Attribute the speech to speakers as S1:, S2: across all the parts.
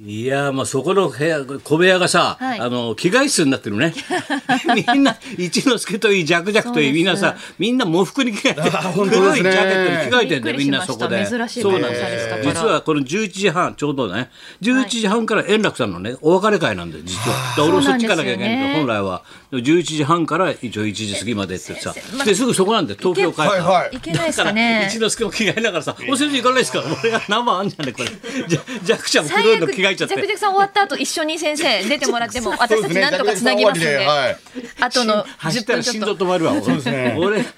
S1: いやーまあそこの部屋小部屋がさ、
S2: はい
S1: あの着替え室になってる ねみんな一之輔といいジャクジャクとい
S2: そ
S1: い
S2: うです
S1: みんなさみんな喪服に着替えて
S3: 本当
S1: 黒
S3: で
S1: いジ
S3: すね
S1: ャケットに着替えてんだよ
S2: びっ
S1: み
S2: くり
S1: ん
S2: し
S1: な
S2: ました
S1: そこで
S2: 珍しい
S1: そうなん
S2: 格好されてた
S1: で
S2: か
S1: す
S2: ら
S1: 実はこの11時半ちょうどね11時半から円楽さんのねお別れ会なんで実はだから俺もそっち行かなきゃいけないんだけど本
S2: そう
S1: 来はでも11時半から一応1時過ぎまでってさ
S2: 先生まあ
S1: ですぐそこなんで東京帰った
S3: はい
S1: の
S3: はい
S2: いけないです
S1: だか
S2: からね
S1: 一。之輔も着替えながらさ「お先生行かないですか俺が生あんじゃねこ れ」じゃ弱者も黒いの着替えちゃっ
S2: ジャクジ
S1: て
S2: ャクさん終わった後一緒に先生出てもらっても私たちなんとかつなぎますんで
S3: はい。
S2: 後の
S1: 走っ
S2: 10
S1: た
S2: 分
S1: ら
S2: ち
S1: 心臓
S2: ょっと
S1: 止まる わ
S3: うですね
S1: 俺こ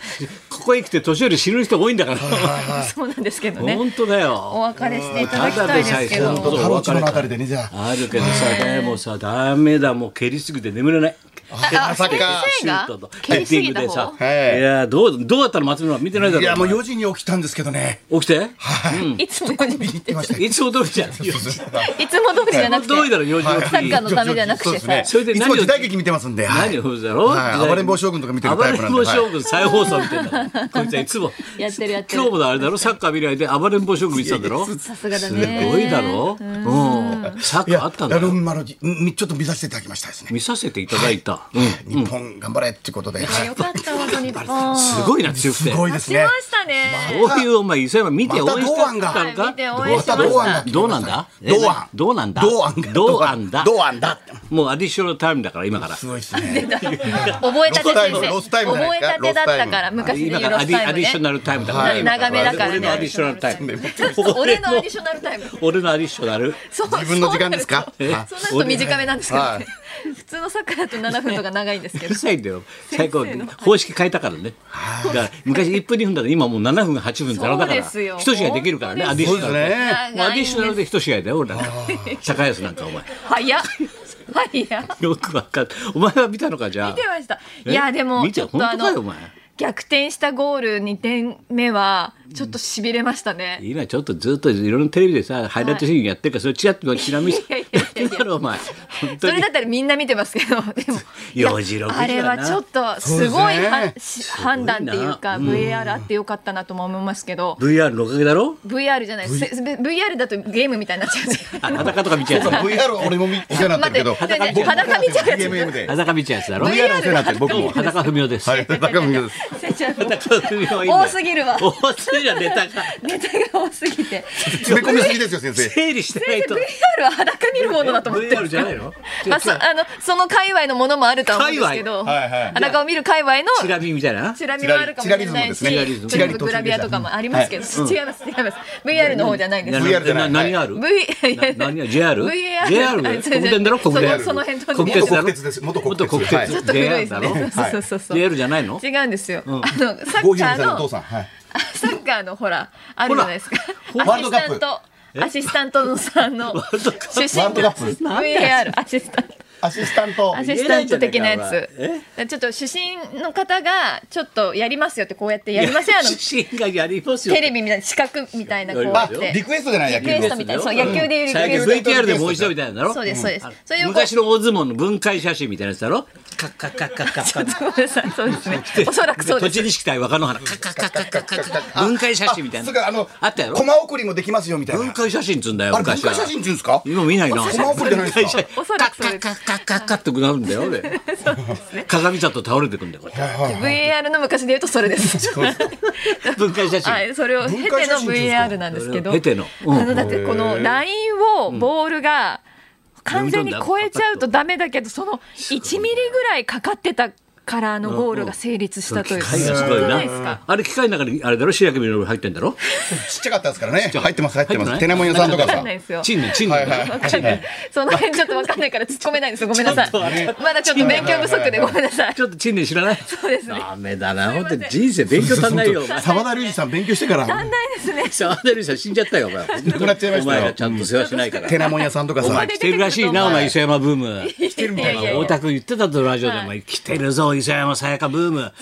S1: こへ来て年寄り死ぬ人多いんだから
S2: そうなんですけど ね
S1: 本当だ
S2: お
S1: よ
S2: 別れしていただきたいですけ
S1: ただでさえ
S2: ど
S1: そう
S3: ハロチのあたりでね、じゃあ。
S1: あるけどさでもさダメだもう蹴りすぎて眠れない
S2: あ
S3: サッカ
S1: シュートと
S2: 蹴り
S1: ヘ
S2: す
S1: ッディン
S2: ぎ
S1: グ
S2: た
S1: で
S2: 方
S1: さい
S3: はい
S1: やどうどうだったの松村は見てないだ
S3: ー。
S1: ろ
S3: いや、もう
S1: お前
S3: 4時に起きたんですけどね。
S1: 起きて
S2: いつもより
S3: 行ってま したよ。
S1: いつも通りじゃんいつ
S2: いつも通りじゃな
S1: も
S2: くて
S1: 通りだろ4時
S2: サ
S1: 起
S2: ッ
S1: き
S2: カーのためじゃなく
S3: そう
S2: て
S3: です
S2: さ
S3: ね。
S1: それで
S3: いつ
S1: 何を
S3: も時代劇見てますんで。はい
S1: 何をだろ、
S3: はい暴れん坊将軍とか見てるタイプなんで
S1: 暴れん坊将軍再放送みたいなこいつはいつも
S2: やってるやってる
S1: 今日もあれだろサッカー見ないで暴れん坊将軍見てたんだろ
S2: さすがだ
S1: す
S2: ね
S1: ごいだろうんサッカーあったんだ
S3: あの、
S1: よ
S3: まるじ、うんちょっと見させていただきましたですね。
S1: 見させていただいた、うん
S3: 日本頑張れってことで。はい
S2: よかった本当にあ
S1: すごいな強く
S3: す
S1: て
S3: ごいで
S2: ー
S3: す
S2: し
S3: ね
S2: ま。したね
S1: こういうお前伊勢山見て応援してたの
S3: また
S2: 安が
S3: 堂
S2: はい見て応
S1: か
S2: 援
S3: ま
S2: して
S3: た
S2: まし
S3: 堂
S2: た
S3: 安が来て
S1: どうなんだ
S3: ましたね堂安。
S1: どうなんだ
S3: 堂安が。
S1: どうなんだ
S3: 堂安だ。
S1: もうアディショナルタイムだから今から
S3: すごいですね。
S2: 覚えたて先
S3: ロスタイ
S2: 生
S3: ムロスタイ
S2: 覚え
S3: ムじゃないで
S2: たて
S3: すか
S2: だったから
S3: ロス
S2: 昔で言
S1: 今から
S2: うロ
S1: ア
S2: ス
S1: ディ
S2: タ
S1: アデ
S2: イム
S1: ィショナ
S2: ね
S1: ルタイムだから、
S3: はい
S1: 今から
S2: 長めだからね
S1: 俺のアディショナルタイム
S2: 俺のアディショナルタイム
S1: 俺のアディショナル
S2: そう
S3: 自分の時間ですか
S2: そうなるとそうなると短めなんですけど
S3: はい
S2: ね普通のサッカーだと7分とか長いんですけ
S1: う
S2: ど
S1: るさいんだよ最高方式変えたからねだから昔1分2分だと今もう7分8分だろだか
S2: そう
S1: ら
S2: ですよ
S1: 一試合できるからねア
S2: 本
S1: ディシ
S3: そう
S1: ョ
S3: で
S1: ナ
S3: す
S1: ルで
S3: ね。
S1: もうア
S2: 長
S1: ディ
S2: い
S1: ショナル
S2: ん
S1: で
S2: です
S1: 一試合だよ俺ら酒屋なんかお前
S2: 早っ早っ
S1: よくわかんお前は見たのかじゃあ
S2: 見てました
S1: え
S2: いやでも
S1: 見
S2: ち
S1: て
S2: ょっとあ
S1: 本当かよお
S2: の
S1: 前
S2: 逆転したゴール2点目はちょっとしびれましたね、
S1: 今ちょっとずっといろんなテレビでさハイライトシーンやってるからそれチラッとちなみに
S2: いやいやいやいや
S1: だろお前本
S2: そ
S1: 当
S2: れ
S1: に
S2: だったらみんな見てますけど でもいや
S1: 4時6時だな
S2: あれはちょっとすごいは
S3: そう
S2: し判断っていうか VAR あってよかったなとも思いますけど、
S1: VR のおかげだろ
S2: VR じゃないです、VR だとゲームみたいになっちゃうんで
S1: あ裸とか見ちゃうやつ
S3: VR は俺も見お世話になってるけど。
S2: 待ってで裸見ちゃうやつ
S3: DMM で。
S1: 裸見ちゃうやつだろ
S3: VR お世話になってる僕も。
S1: 裸不明です
S3: はい、高見です。
S1: 裸不明はいいんだよ
S2: 多すぎるわ
S1: 多すぎるネタが
S2: ネタが多すぎて
S3: 詰め込みすぎですよ、先生。
S1: 整理してないと
S2: VR は裸見るものだと思って
S1: VR じゃないの
S2: まあ、そあのその界隈のものもあるとは思うんですけど、
S3: 界隈はいはい
S2: 裸を見る界隈の
S1: チラ見みたいな
S2: チラ見もあるかもしれない
S3: チラリ
S1: ズム
S2: し、
S1: ですね
S2: ちょっとグラビアとかもありますけど、違います違います VR の方じゃないんです
S3: VR じゃない
S1: な何がある
S2: V いや
S1: 何が JR?
S2: VR
S1: JR
S2: あそれ
S1: 国電だろ国電
S2: そその辺飛ん
S1: 国
S2: でる
S1: 鉄
S2: ち
S1: だ
S2: ょ
S1: ろ
S3: 元国鉄です元国
S1: 元
S3: 鉄
S1: 国鉄
S3: はい
S2: っと古いです
S1: だろ
S2: ねそうそうそうそう、
S1: JR じゃないの
S2: 違うんですよ、あのサ
S3: ゴ
S2: ッ
S3: ヒ
S2: カー
S3: ロさんのお
S2: の
S3: 父さん。はい。
S2: サッカーのほらあるじゃないですか
S3: らワ
S2: アシ
S3: ールド
S2: ス
S3: カ
S2: タ
S3: ップ
S2: ントアシスタントのさんの
S1: ドカップ
S2: 出
S3: ワー
S2: 身
S3: ルドカップ
S2: VR アシスタント
S3: アシスタント。
S2: アシスタント的なや
S1: えらいじゃない
S2: つ。ちょっと主審の方が、ちょっとやりますよって、こうやってやりません、 あの、
S1: 出身がやりますよ
S2: テレビみたいな、四角みたいな、こうや
S3: あ
S2: っ、
S3: リ
S2: て。
S3: クエストじゃない、野
S2: リクエ
S3: 球
S2: ストみたいな、そう、野球でいうリク
S1: 最
S2: エ
S1: 近
S2: スト。
S1: VTR でもう一度みたいなんだろ
S2: そうです、そうです。それをこう
S1: 昔の大相撲の分解写真みたいなやつだろカッカッカッカッカッカッ
S2: そうです そうですね。おそらくそうで
S1: 栃
S2: す。
S1: 木市対若野原カッカッカッカッカッカッカッ分解写真みたい
S3: すぐ
S1: な
S3: あの、
S1: あったやろ
S3: コマ送りもできますよみたい
S1: 分
S3: な。
S1: 解写真っつうんだよ
S3: あれ、文
S1: 昔は
S3: 化写真っていうんですか。
S1: 今見ないな
S3: コマ送りじゃないですか。
S2: おそらくそうです。
S1: カッカッカッカッってなるんだよ俺鏡ちゃんと倒れてくんだよこれ
S2: VAR の昔で言うとそれです。
S1: 分解写真
S2: はい、それを経て
S3: 文化
S2: の
S3: 写真ですか
S2: VAR なんですけど。
S1: それを経てのうん
S2: あのだってこのラインをボールが完全に超えちゃうとダメだけど、その1ミリぐらいかかってたからあのゴールが成立したという。
S1: 機械がすごい
S2: な
S1: ない
S2: ですか。
S1: あれ機械の中にあれだろ白木みのり入ってんだろ
S3: ちっちゃかったですからね。入ってます、入ってま
S1: 入
S3: す。
S1: って
S3: テ
S1: な
S3: ナ
S1: い
S3: モ屋さんとか
S2: わか
S3: さ
S2: ん。ないですよ。
S1: チンのチンの
S3: はいはい。
S2: その辺ちょっとわかんないから突っ込めないんですよ。ごめんなさい。まだちょっと勉強不足でごめんなさい。
S1: ちょっとチンに知らない
S2: そうですね。
S1: ダメだな本当に人生勉強足んない よお前
S3: 澤田隆二さん勉強してから。
S2: ないですね。
S1: 沢田理さん死んじゃったよお前
S3: 亡くなっちゃいましたよ
S1: お前がちゃんと世話しないから
S3: テナモ屋さんとか
S1: お
S3: さ
S1: 前。来てるらしいなお前磯山ブーム
S2: てるみたいな
S1: 大田君言ってたとラジオで
S2: はい
S1: お前来てるぞ磯山さやかブーム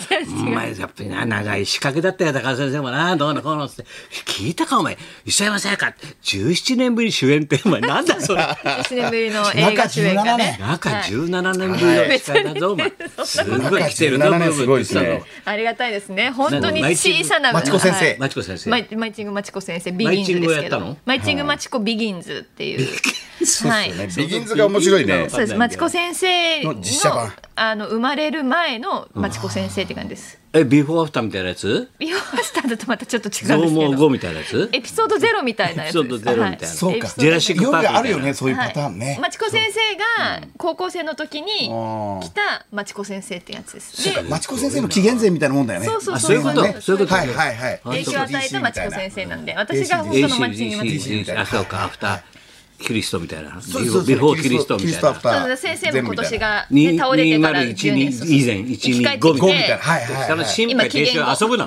S1: お前やっぱりな長い仕掛けだったよ高田先生もなどうのこうのっつって聞いたかお前磯山さやか17年ぶり主演ってお前なんだそれ
S2: 1年ぶりの映画主演がね。
S1: 中17年ぶりの司会だぞお前すごい来てるぞブ
S3: 中17
S1: ー
S3: 年
S1: ム
S3: すごいで
S1: って
S3: す
S1: 言っ
S3: ね
S1: てたの
S2: ありがたいですね。本当に小さな。
S3: マチコ先生
S1: マチコ先生
S2: マイマイチングマチコ先生ビギンズです
S1: マイチングをや
S2: けど
S1: ったの
S2: マイチングマチコビギンズっていう
S3: そうですよね。
S1: そう
S3: ビギンズが面白いね。
S2: そうです。マチコ先生の
S3: の実写版
S2: あの生まれる前のマチコ先生って感じです。
S1: えビフォーアフターみたいなやつ
S2: ビヨースターだとまたちょっと違
S1: ど
S2: うんで
S1: う
S2: すけ
S1: も
S2: ど。
S1: 5みたいなやつ
S2: エピソードゼロみたいなやつです。
S1: エピソードゼロみたいな
S3: そうか
S2: エピソード
S1: ジェ
S2: ゼロ
S1: ラシック
S3: 夜
S1: パークみたい
S3: が
S1: な
S3: あるよね、そういうパターンね。
S2: マチコ先生が高校生の時に
S3: うん
S2: 来たマチコ先生ってやつです。で、
S3: マチコ先生の紀元前みたいなもんだよね。
S2: そうそう
S1: あそういうこと
S2: そうそう
S1: いうこと
S3: はいはいはい。
S2: 影響を与えたマチコ先生なんで、私が
S3: ACDC
S2: 本当のマチにマチ
S3: ACDC みたいな
S1: あそうかアフターキリストみたいな
S3: そうそうそう
S1: ビフォーキリストみたい
S3: キリストア
S1: な
S3: フター
S2: そうそう先生も今年が、ね、
S1: に
S2: 倒れてから10年
S1: 2012以前
S2: 生き返ってき
S1: 125
S2: て
S1: み
S3: ゴ
S1: た
S3: ミ
S1: い
S3: たい
S1: な
S3: な。はいはい
S1: 人
S3: は
S1: の
S3: い。
S1: 心肺停止を遊ぶな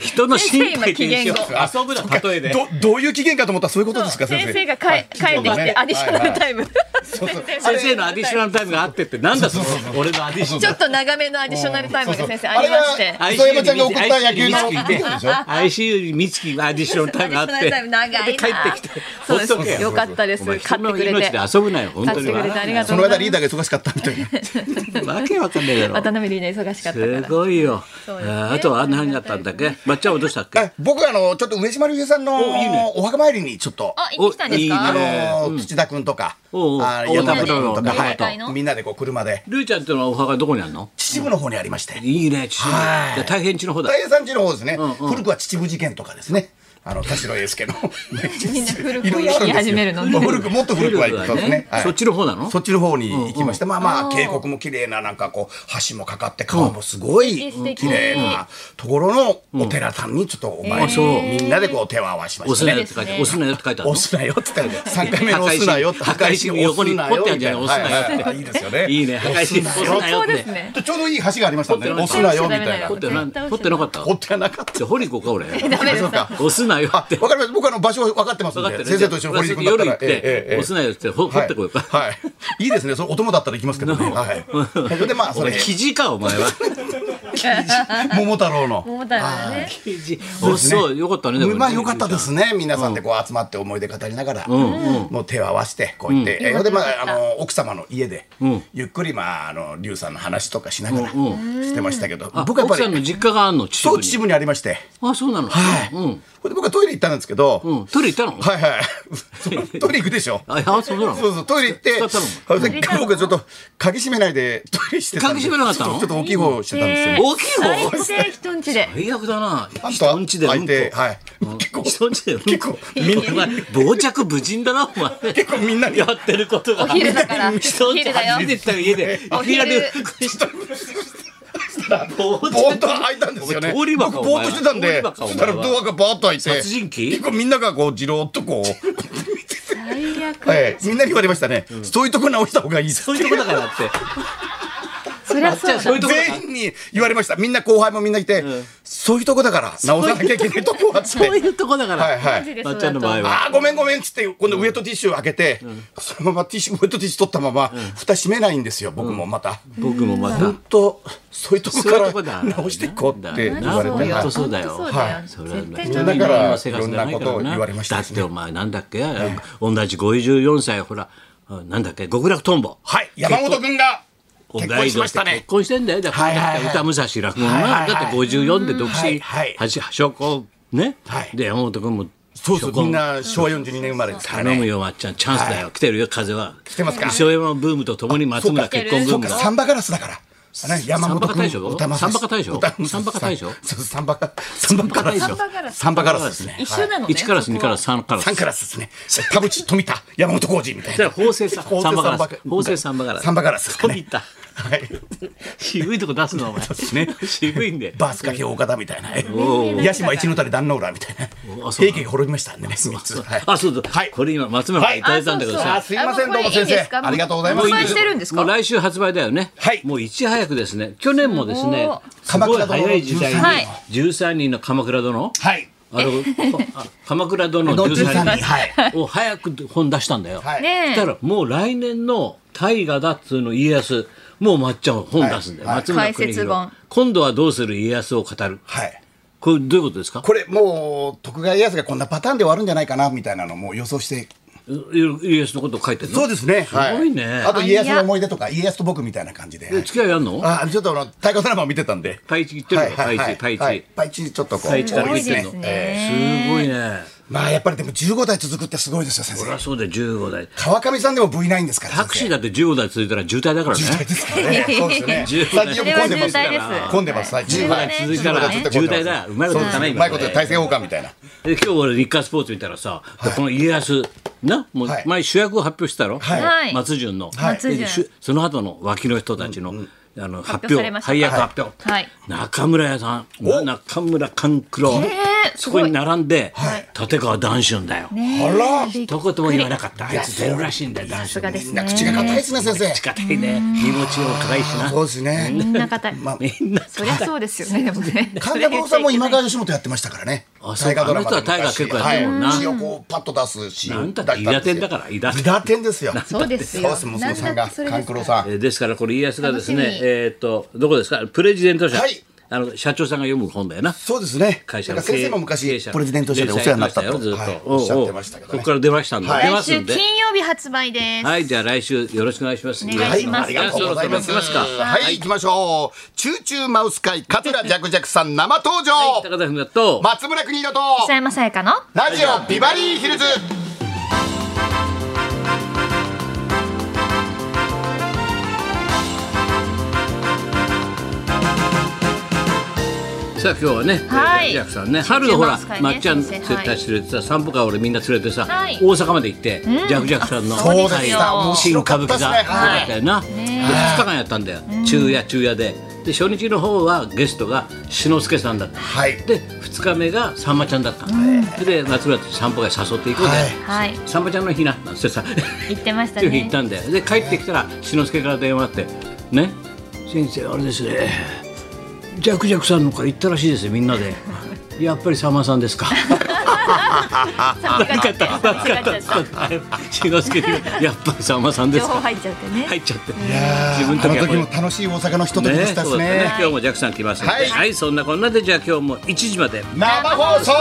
S1: 人の心肺停止
S2: 先生今
S1: を遊ぶな例えで
S3: どどういう期限かと思ったらそういうことですか先
S2: 先
S3: 生
S2: 生がかえ帰ってきてアディショナルタ
S3: イ
S2: イム
S3: うそう
S1: 先生のアディショナルタイムがあってってなんだその俺のアディショナル
S2: ちょっと長めのアディショナルタイムが先生ありまして
S3: あれが磯山ちゃんが送った野球の
S1: ICU に見つけて ICU 美月
S3: ビデオでしょ
S1: がアディショナルタイムあっ
S2: アディショナルタイム長い
S1: て
S2: な
S1: で帰ってきて
S2: そ
S1: ほ
S2: うで
S1: っとけ
S2: すよかったで
S1: お
S2: す
S1: 前
S2: 買
S1: 人の
S2: ってくれ
S1: 命
S2: て
S1: で遊ぶなよ本
S2: 買っ
S1: 当
S2: て
S1: に
S2: くれてありがと
S3: そうの
S2: ご
S3: 間
S2: ざ
S3: リ
S2: い
S3: ー
S2: ま
S3: ダーが忙しかったみたいな
S1: わわけわかんねえだ
S2: す
S1: ろ
S2: 渡辺リーダー忙しかった
S1: す
S2: か
S1: ごいよ。
S2: そうですね
S1: ああとは何があったんだっけ。まっちゃんはどうしたっけ。
S3: 僕あのちょっと上島竜兵さんの
S1: おいいね
S3: お墓参りにちょっと
S2: らあ行ってきたんです
S1: おいい
S3: あ
S1: ね
S2: か
S3: のー土田君とか
S1: おうおう
S3: あ
S1: おう
S3: 矢田君と
S1: おうお
S3: か
S1: う
S2: おうお
S3: は
S2: う
S3: いみんなでこう車で
S1: ルーちゃんってのはお墓どこにあるの。
S3: 秩父の方にありまして
S1: いいね。秩
S3: はい
S1: 父。で大変地の方だ。
S3: 大平さんちの方ですね
S1: んうん
S3: 古くは秩父事件とかですねあの田代英介の
S2: みんな古く
S3: いろいろあ
S2: 言い
S3: んです
S2: 始
S3: よ
S2: めるの
S3: もう
S2: ね
S3: 古くもっと古くは行ったんですねはい
S1: そっちの方なの。
S3: そっちの方に行きまして、まあまあ渓谷も綺麗ななんかこう橋もかかって川もすごい
S2: うん素敵
S3: 綺麗なところのお寺さんにちょっとお参り、
S1: うんあ
S3: みんなでこう手を合わしま
S1: 押
S3: し
S1: す
S3: た
S1: なよ
S3: ね
S1: って書い
S2: いい
S1: て、
S2: です
S1: 押すな
S2: ね
S1: よって書いてあるの
S3: 押。すなよって言ったんで3回目の押すなよって
S1: 墓石の横に
S3: 墓石
S1: 掘ってあるじゃない
S3: 押すなよ
S1: 押すなよって
S3: はいはいはいいいですよね
S1: いいね。
S3: 押すな
S1: 押す
S3: よ
S1: なよ
S2: そ
S1: っ
S2: うで
S1: て
S2: す
S1: ね。
S2: ね
S3: ちょうどいい橋がありましたんで
S1: 掘ってなかった
S3: 押すなよみたい
S2: 掘
S3: な
S1: 掘って
S2: 絶
S1: な
S2: 対押し
S1: 掘ってなかった。
S3: 掘ってはなかった
S1: じゃあ掘り行こうか俺。
S2: ダメです
S3: そうか
S1: 押すなよ
S3: あ
S1: って。
S3: わかります僕あの場所分かってますん
S1: 分かって
S3: で
S1: る。
S3: 先生と一緒に掘りに行くんだ
S1: 夜
S3: った
S1: 行
S3: ら
S1: っ
S3: えええええ
S1: て
S3: え
S1: 押すなよって掘掘ってこいよ。
S3: はい、はい、いいですねそれお供だったら行きます けどねはいそれでまあ
S1: お
S3: それ
S1: 前肘かお前 は。
S3: 桃太郎の
S2: 桃太郎だね
S1: 肘。
S3: そう
S1: お
S3: ですね
S1: そうよかったね。でもね
S3: まあよかったですね皆さんでこう集まって思い出語りながら、もう手を合わせてこう言って、えそれでまああの奥様の家で、ゆっくりまああの龍さんの話とかしながらしてましたけど、
S1: あ
S3: 僕はやっ
S1: 奥
S3: ぱ
S1: さんの
S3: り
S1: 実家があんの
S3: そう
S1: 秩父
S3: 秩父にありまして、
S1: に。あそうなの。
S3: はい
S1: うん。
S3: それで僕はトイレ行ったんですけど、
S1: うん、トイレ行ったの、
S3: はいはい トイレ行くでしょ
S1: あいやそうなの
S3: そうそうトイレ行って
S1: 使ったの
S3: それで僕はちょっと鍵閉めないでトイレしてたんで
S1: 鍵閉めなかったの
S3: ちょっと大きい方をしてたんですよ、
S1: 大きい方
S2: 最低人んちで
S1: 最悪だな
S3: あんた
S1: 人んちでうん
S3: 相手
S1: こ
S3: はい、結構
S1: 人んちでうんこ
S3: 結構
S1: みんな傍着無人だなお前
S3: 結構みんなに
S1: やってることが
S2: お昼だから
S1: 人ん
S2: お
S1: ち
S2: 昼だよ
S1: 初めて行った家で
S2: お昼
S1: いきなりうんこした傍
S3: ぼー
S1: 着
S3: っと開いたんですよね。
S1: お前通り魔か
S3: 僕ぼーっとしてたん
S1: お前
S3: で、
S1: は
S3: そしたらドアがバーッと開いて。
S1: 殺人鬼
S3: 結構みんながこう、じろーっとこ う、
S2: 最悪
S3: はい、みんなに言われましたね。そういうとこ直した方がいいです
S1: そういうとこだからって
S2: そりゃそう
S1: じゃあそうい
S2: だ
S1: うとこだから
S3: 全員に言われました。みんな後輩もみんな来て、そういうとこだから直さなきゃいけないとこあって。
S1: そういうとこだから
S3: はいは
S2: マジ
S3: い。
S2: で
S1: ま
S2: そう
S1: っちゃ
S2: だ
S1: ん
S2: と
S1: の場合は
S3: ああ、ごめんごめんっつって、今度ウエットティッシュ開けて、そのままティッシュ、ウエッ トティッシュ取ったまま、蓋閉めないんですよ、僕もまた。
S1: 僕もまた
S3: 本当、そういうとこ
S1: そう
S3: か
S1: いうとこだ
S3: ら直していこうって言われて。
S1: なるほ
S3: は
S1: ど
S3: い
S1: そうだよ
S2: 本当そうだよ
S3: はい
S1: それは
S2: 絶対
S1: 人
S2: ダ
S1: 間
S2: メ
S1: の
S3: だか
S1: 今
S3: ら
S1: 生活じゃないから
S3: いろんなことを言われました
S1: だ
S3: で
S1: っ
S3: すね
S1: てお前なんだっけ同じ54歳ほらあなんだっけ極楽とんぼ
S3: はい、山本君が結婚しましたね
S1: 結。婚してんだよ。だから、
S3: はいはいはい
S1: だって歌武蔵落語の、
S3: はいはいはい
S1: だって54で独身、
S3: はいはい
S1: はし証拠ね、
S3: はい
S1: で山本君も
S3: そうそう、
S1: 初婚
S3: みんな昭和42年生まれですから
S1: 頼む
S3: ね。
S1: よまっちゃんチャンスだよ、来てるよ風は来
S3: てますか
S1: 磯山ブームとともに松村結婚ブ
S3: そ
S1: ー
S3: う
S1: ム
S3: か、
S1: だ
S3: サンバガラスだから。あれ山本君、歌
S1: サンバ
S3: 正
S1: カ大将
S3: 歌正
S1: サンバカ大将
S3: そう、サンバカ、サンバガラ
S1: サンバ
S2: ガラ
S3: ス。
S2: ス
S3: サンバガラスですね。
S2: 一緒なのね
S1: 1カラス2カラス
S2: そこは
S1: 3カラス
S3: サンカラスですね。田淵富田、山本浩二みたい
S1: じゃあ
S3: な。
S1: 法政さん
S3: 法
S1: サンバ
S3: 政
S1: ガ
S3: サ
S1: ラ
S3: ンバガ
S1: ス法政サンバガ
S3: ラ
S1: ラス
S3: サンバガラスです
S1: 飛び
S3: ね。
S1: た
S3: はい。
S1: 渋いとこ出すのお前
S3: ね
S1: 渋いんで
S3: バースかけ大方 みたいな。
S2: ー
S3: 八島一の谷壇の浦みたい
S1: お
S3: な。
S1: そう
S3: 平家が滅びましたんでね、三つ。はい
S1: あそうそう、
S3: はい
S1: これ今松村からいただいたんだけどさ、
S3: あすいません
S2: あこれ
S3: どうも先生
S2: いいですか
S3: ありがとうございます
S2: も販売してるんです
S1: もう
S2: か
S1: 来週発売だよね。
S3: はい
S1: もういち早くですね。去年もですね、す
S3: す
S1: ご
S3: ご
S1: い
S3: い
S1: 早い時代
S2: はい
S1: に十三人の鎌倉殿。
S3: はい。
S1: あのあ 鎌倉殿の
S3: の
S1: 十三
S3: 13人
S1: 人
S3: はい
S1: を早く本出したんだよ。
S3: はい。
S1: そ
S2: ね
S1: し
S2: え
S1: たらもう来年の大河だっつうの家康。もうまっちゃんは本出すんだよ。
S3: はい
S1: 松村邦
S2: 解説
S1: 弘
S2: 本。
S1: 今度はどうする家康を語る。
S3: はい。
S1: これどういうことですか。
S3: これもう徳川家康がこんなパターンで終わるんじゃないかなみたいなのもう予想して
S1: 家康のこと書いてるの
S3: そうですね。
S1: すごいね
S3: あと家康の思い出とか、家康と僕みたいな感じで。は
S1: え
S3: い
S1: 付き合いあんの
S3: あ、ちょっとあの、太鼓ドラマを見てたんで。
S1: パイチ行ってるの
S3: はい
S1: パイ
S3: はい
S1: チパイ
S3: はい
S1: チ
S3: パイチちょっとこう。
S1: パイチ
S2: 多
S1: 歩
S2: い
S1: いて
S2: で
S1: んのす
S2: すね。
S1: ごいね
S3: まあやっぱりでも15代続くってすごいですよ、先
S1: そり
S3: 生
S1: ゃ。そうだよ15代
S3: 川上さんでも V9 ですから。
S1: タクシー
S3: だ。
S1: だって15代続いたら渋滞だからね
S3: ですからね。そうですよね。
S1: 15
S3: 最近混んでます
S2: それは渋
S3: か
S2: 滞で
S3: ら。
S2: す
S3: 混んでます、最近。
S2: 15
S3: はい
S2: 代
S1: 続いたら
S3: 15代ずっと混んで
S1: 渋滞
S3: ます
S1: だうまいこと言ったね
S3: そうですうまいこと言った大戦王冠みたいな。
S1: で今日俺日刊スポーツ見たらさ、でこの家康なもう
S3: はい
S1: 前主役を発表してたろ、
S3: はい
S2: はい
S1: 松潤の、
S3: はい
S2: 松潤
S1: でしその後の脇の人たちの,、あの発
S2: 発表さ
S1: 表
S2: れました
S1: 配役発表、
S2: はい
S1: 中村屋さん
S3: お
S1: 中村勘九郎、
S2: えーす
S1: そ
S2: ご
S1: こ
S2: い
S1: に並んで、立川談春だよ、
S3: あら。
S1: 一言も言わなかったあいつ出るらしいんだよ談
S2: さすが
S1: 春
S2: で
S1: ね
S2: す
S3: みんな
S2: ね。
S3: 口が硬いですね、先生。
S1: 口堅いね身持ちも硬いしな
S3: そうですね。
S2: みんな硬い。
S3: まあ、
S1: みんな
S2: そりゃそうですよね。でもね。
S3: 神田坊さんも今
S2: が。
S3: 川義元やってましたからね。
S1: あそう
S3: 大河ドラマで昔
S1: あの人は大河結構やってるもんな
S3: はい血をこうパッと出すシーン
S1: なんだって伊達天だから伊
S3: だ
S1: 達
S3: 伊
S1: 天
S3: 達天ですよ。
S2: そうです
S3: そ
S2: よ。
S3: うです、息子さ
S2: な
S3: んが
S2: だってそれ
S3: 勘
S2: です
S3: 九
S2: か
S3: 郎さん。
S1: えーですからこれ家康がです
S2: 楽
S1: ね
S2: しみ
S1: えーっとどこですかプレジデント社、
S3: はい
S1: あの社長さんが読む本だよな
S3: そうですね。
S1: 会社
S3: な
S1: の
S3: んか先生も
S1: 経
S3: 昔
S1: 営者
S3: プレジデント社でお世話になったと、
S1: 経営者やってましたよずっと
S3: はいおっしゃってましたけ
S1: おうおう
S3: ど
S1: こ
S3: ね
S1: こ。から出ましたんで、
S3: はい
S1: 出ま
S2: 来
S1: す
S2: 週
S1: んで
S2: 金曜日発売です。
S1: はいじゃあ来週よろしくお願いします
S2: お願いします
S1: じゃあそろそろ行きますか
S3: はい、行きましょう。チューチューマウス会、桂ジャクジャクさん生登
S1: は
S3: 場
S1: い。高田文夫と
S3: 松村邦洋と、
S2: 北山さやかの。
S3: ラジオビバリーヒルズ。
S1: さあ今日はね、
S2: は
S1: えー
S2: い
S1: ジャックさんね春のほら、
S2: ジャックマウ
S1: まっ
S2: ス会ね
S1: ちゃん
S2: 先
S1: 絶
S2: 生
S1: 対連れてさ散歩から俺みんな連れてさ、
S2: はい
S1: 大阪まで行って、ジャックジャックさんの
S2: そうですよ
S1: はい新
S2: 面
S3: 白
S1: 歌
S3: か
S1: 舞
S3: った
S1: 伎
S3: っす
S1: 座
S3: ね
S1: よかったよな、で2日間やったんだよ、昼夜昼夜でで初日の方はゲストが志の輔さんだった、
S3: はい
S1: で2日目がさんまちゃんだった、ん、それで松村と散歩会誘っていこうで、
S2: は
S3: はい
S2: い。
S1: さんまちゃんの日ななんてさ
S2: 言ってました
S1: っていう日行っ
S2: ね。
S1: たんだよで帰ってきたら志の輔から電話あってね先生あれですねジャクジャクさんの会行ったらしいですよみんなでやっぱりさんまさんですか
S2: 寒かった。寒かった。
S1: 志の輔にやっぱりさんまさんで
S2: 情
S1: す
S2: 報
S1: か
S2: 入っちゃってね。
S1: 入っちゃって
S3: 自分
S1: の時は
S3: あの
S1: これ
S3: 時も楽しい大阪のひとときでした
S1: そう
S3: し
S1: だ
S3: ね
S1: ね。今日もジャクさん来ますんで
S3: はい
S1: はい、そんなこんなでじゃあ今日も1時まで
S3: 生放送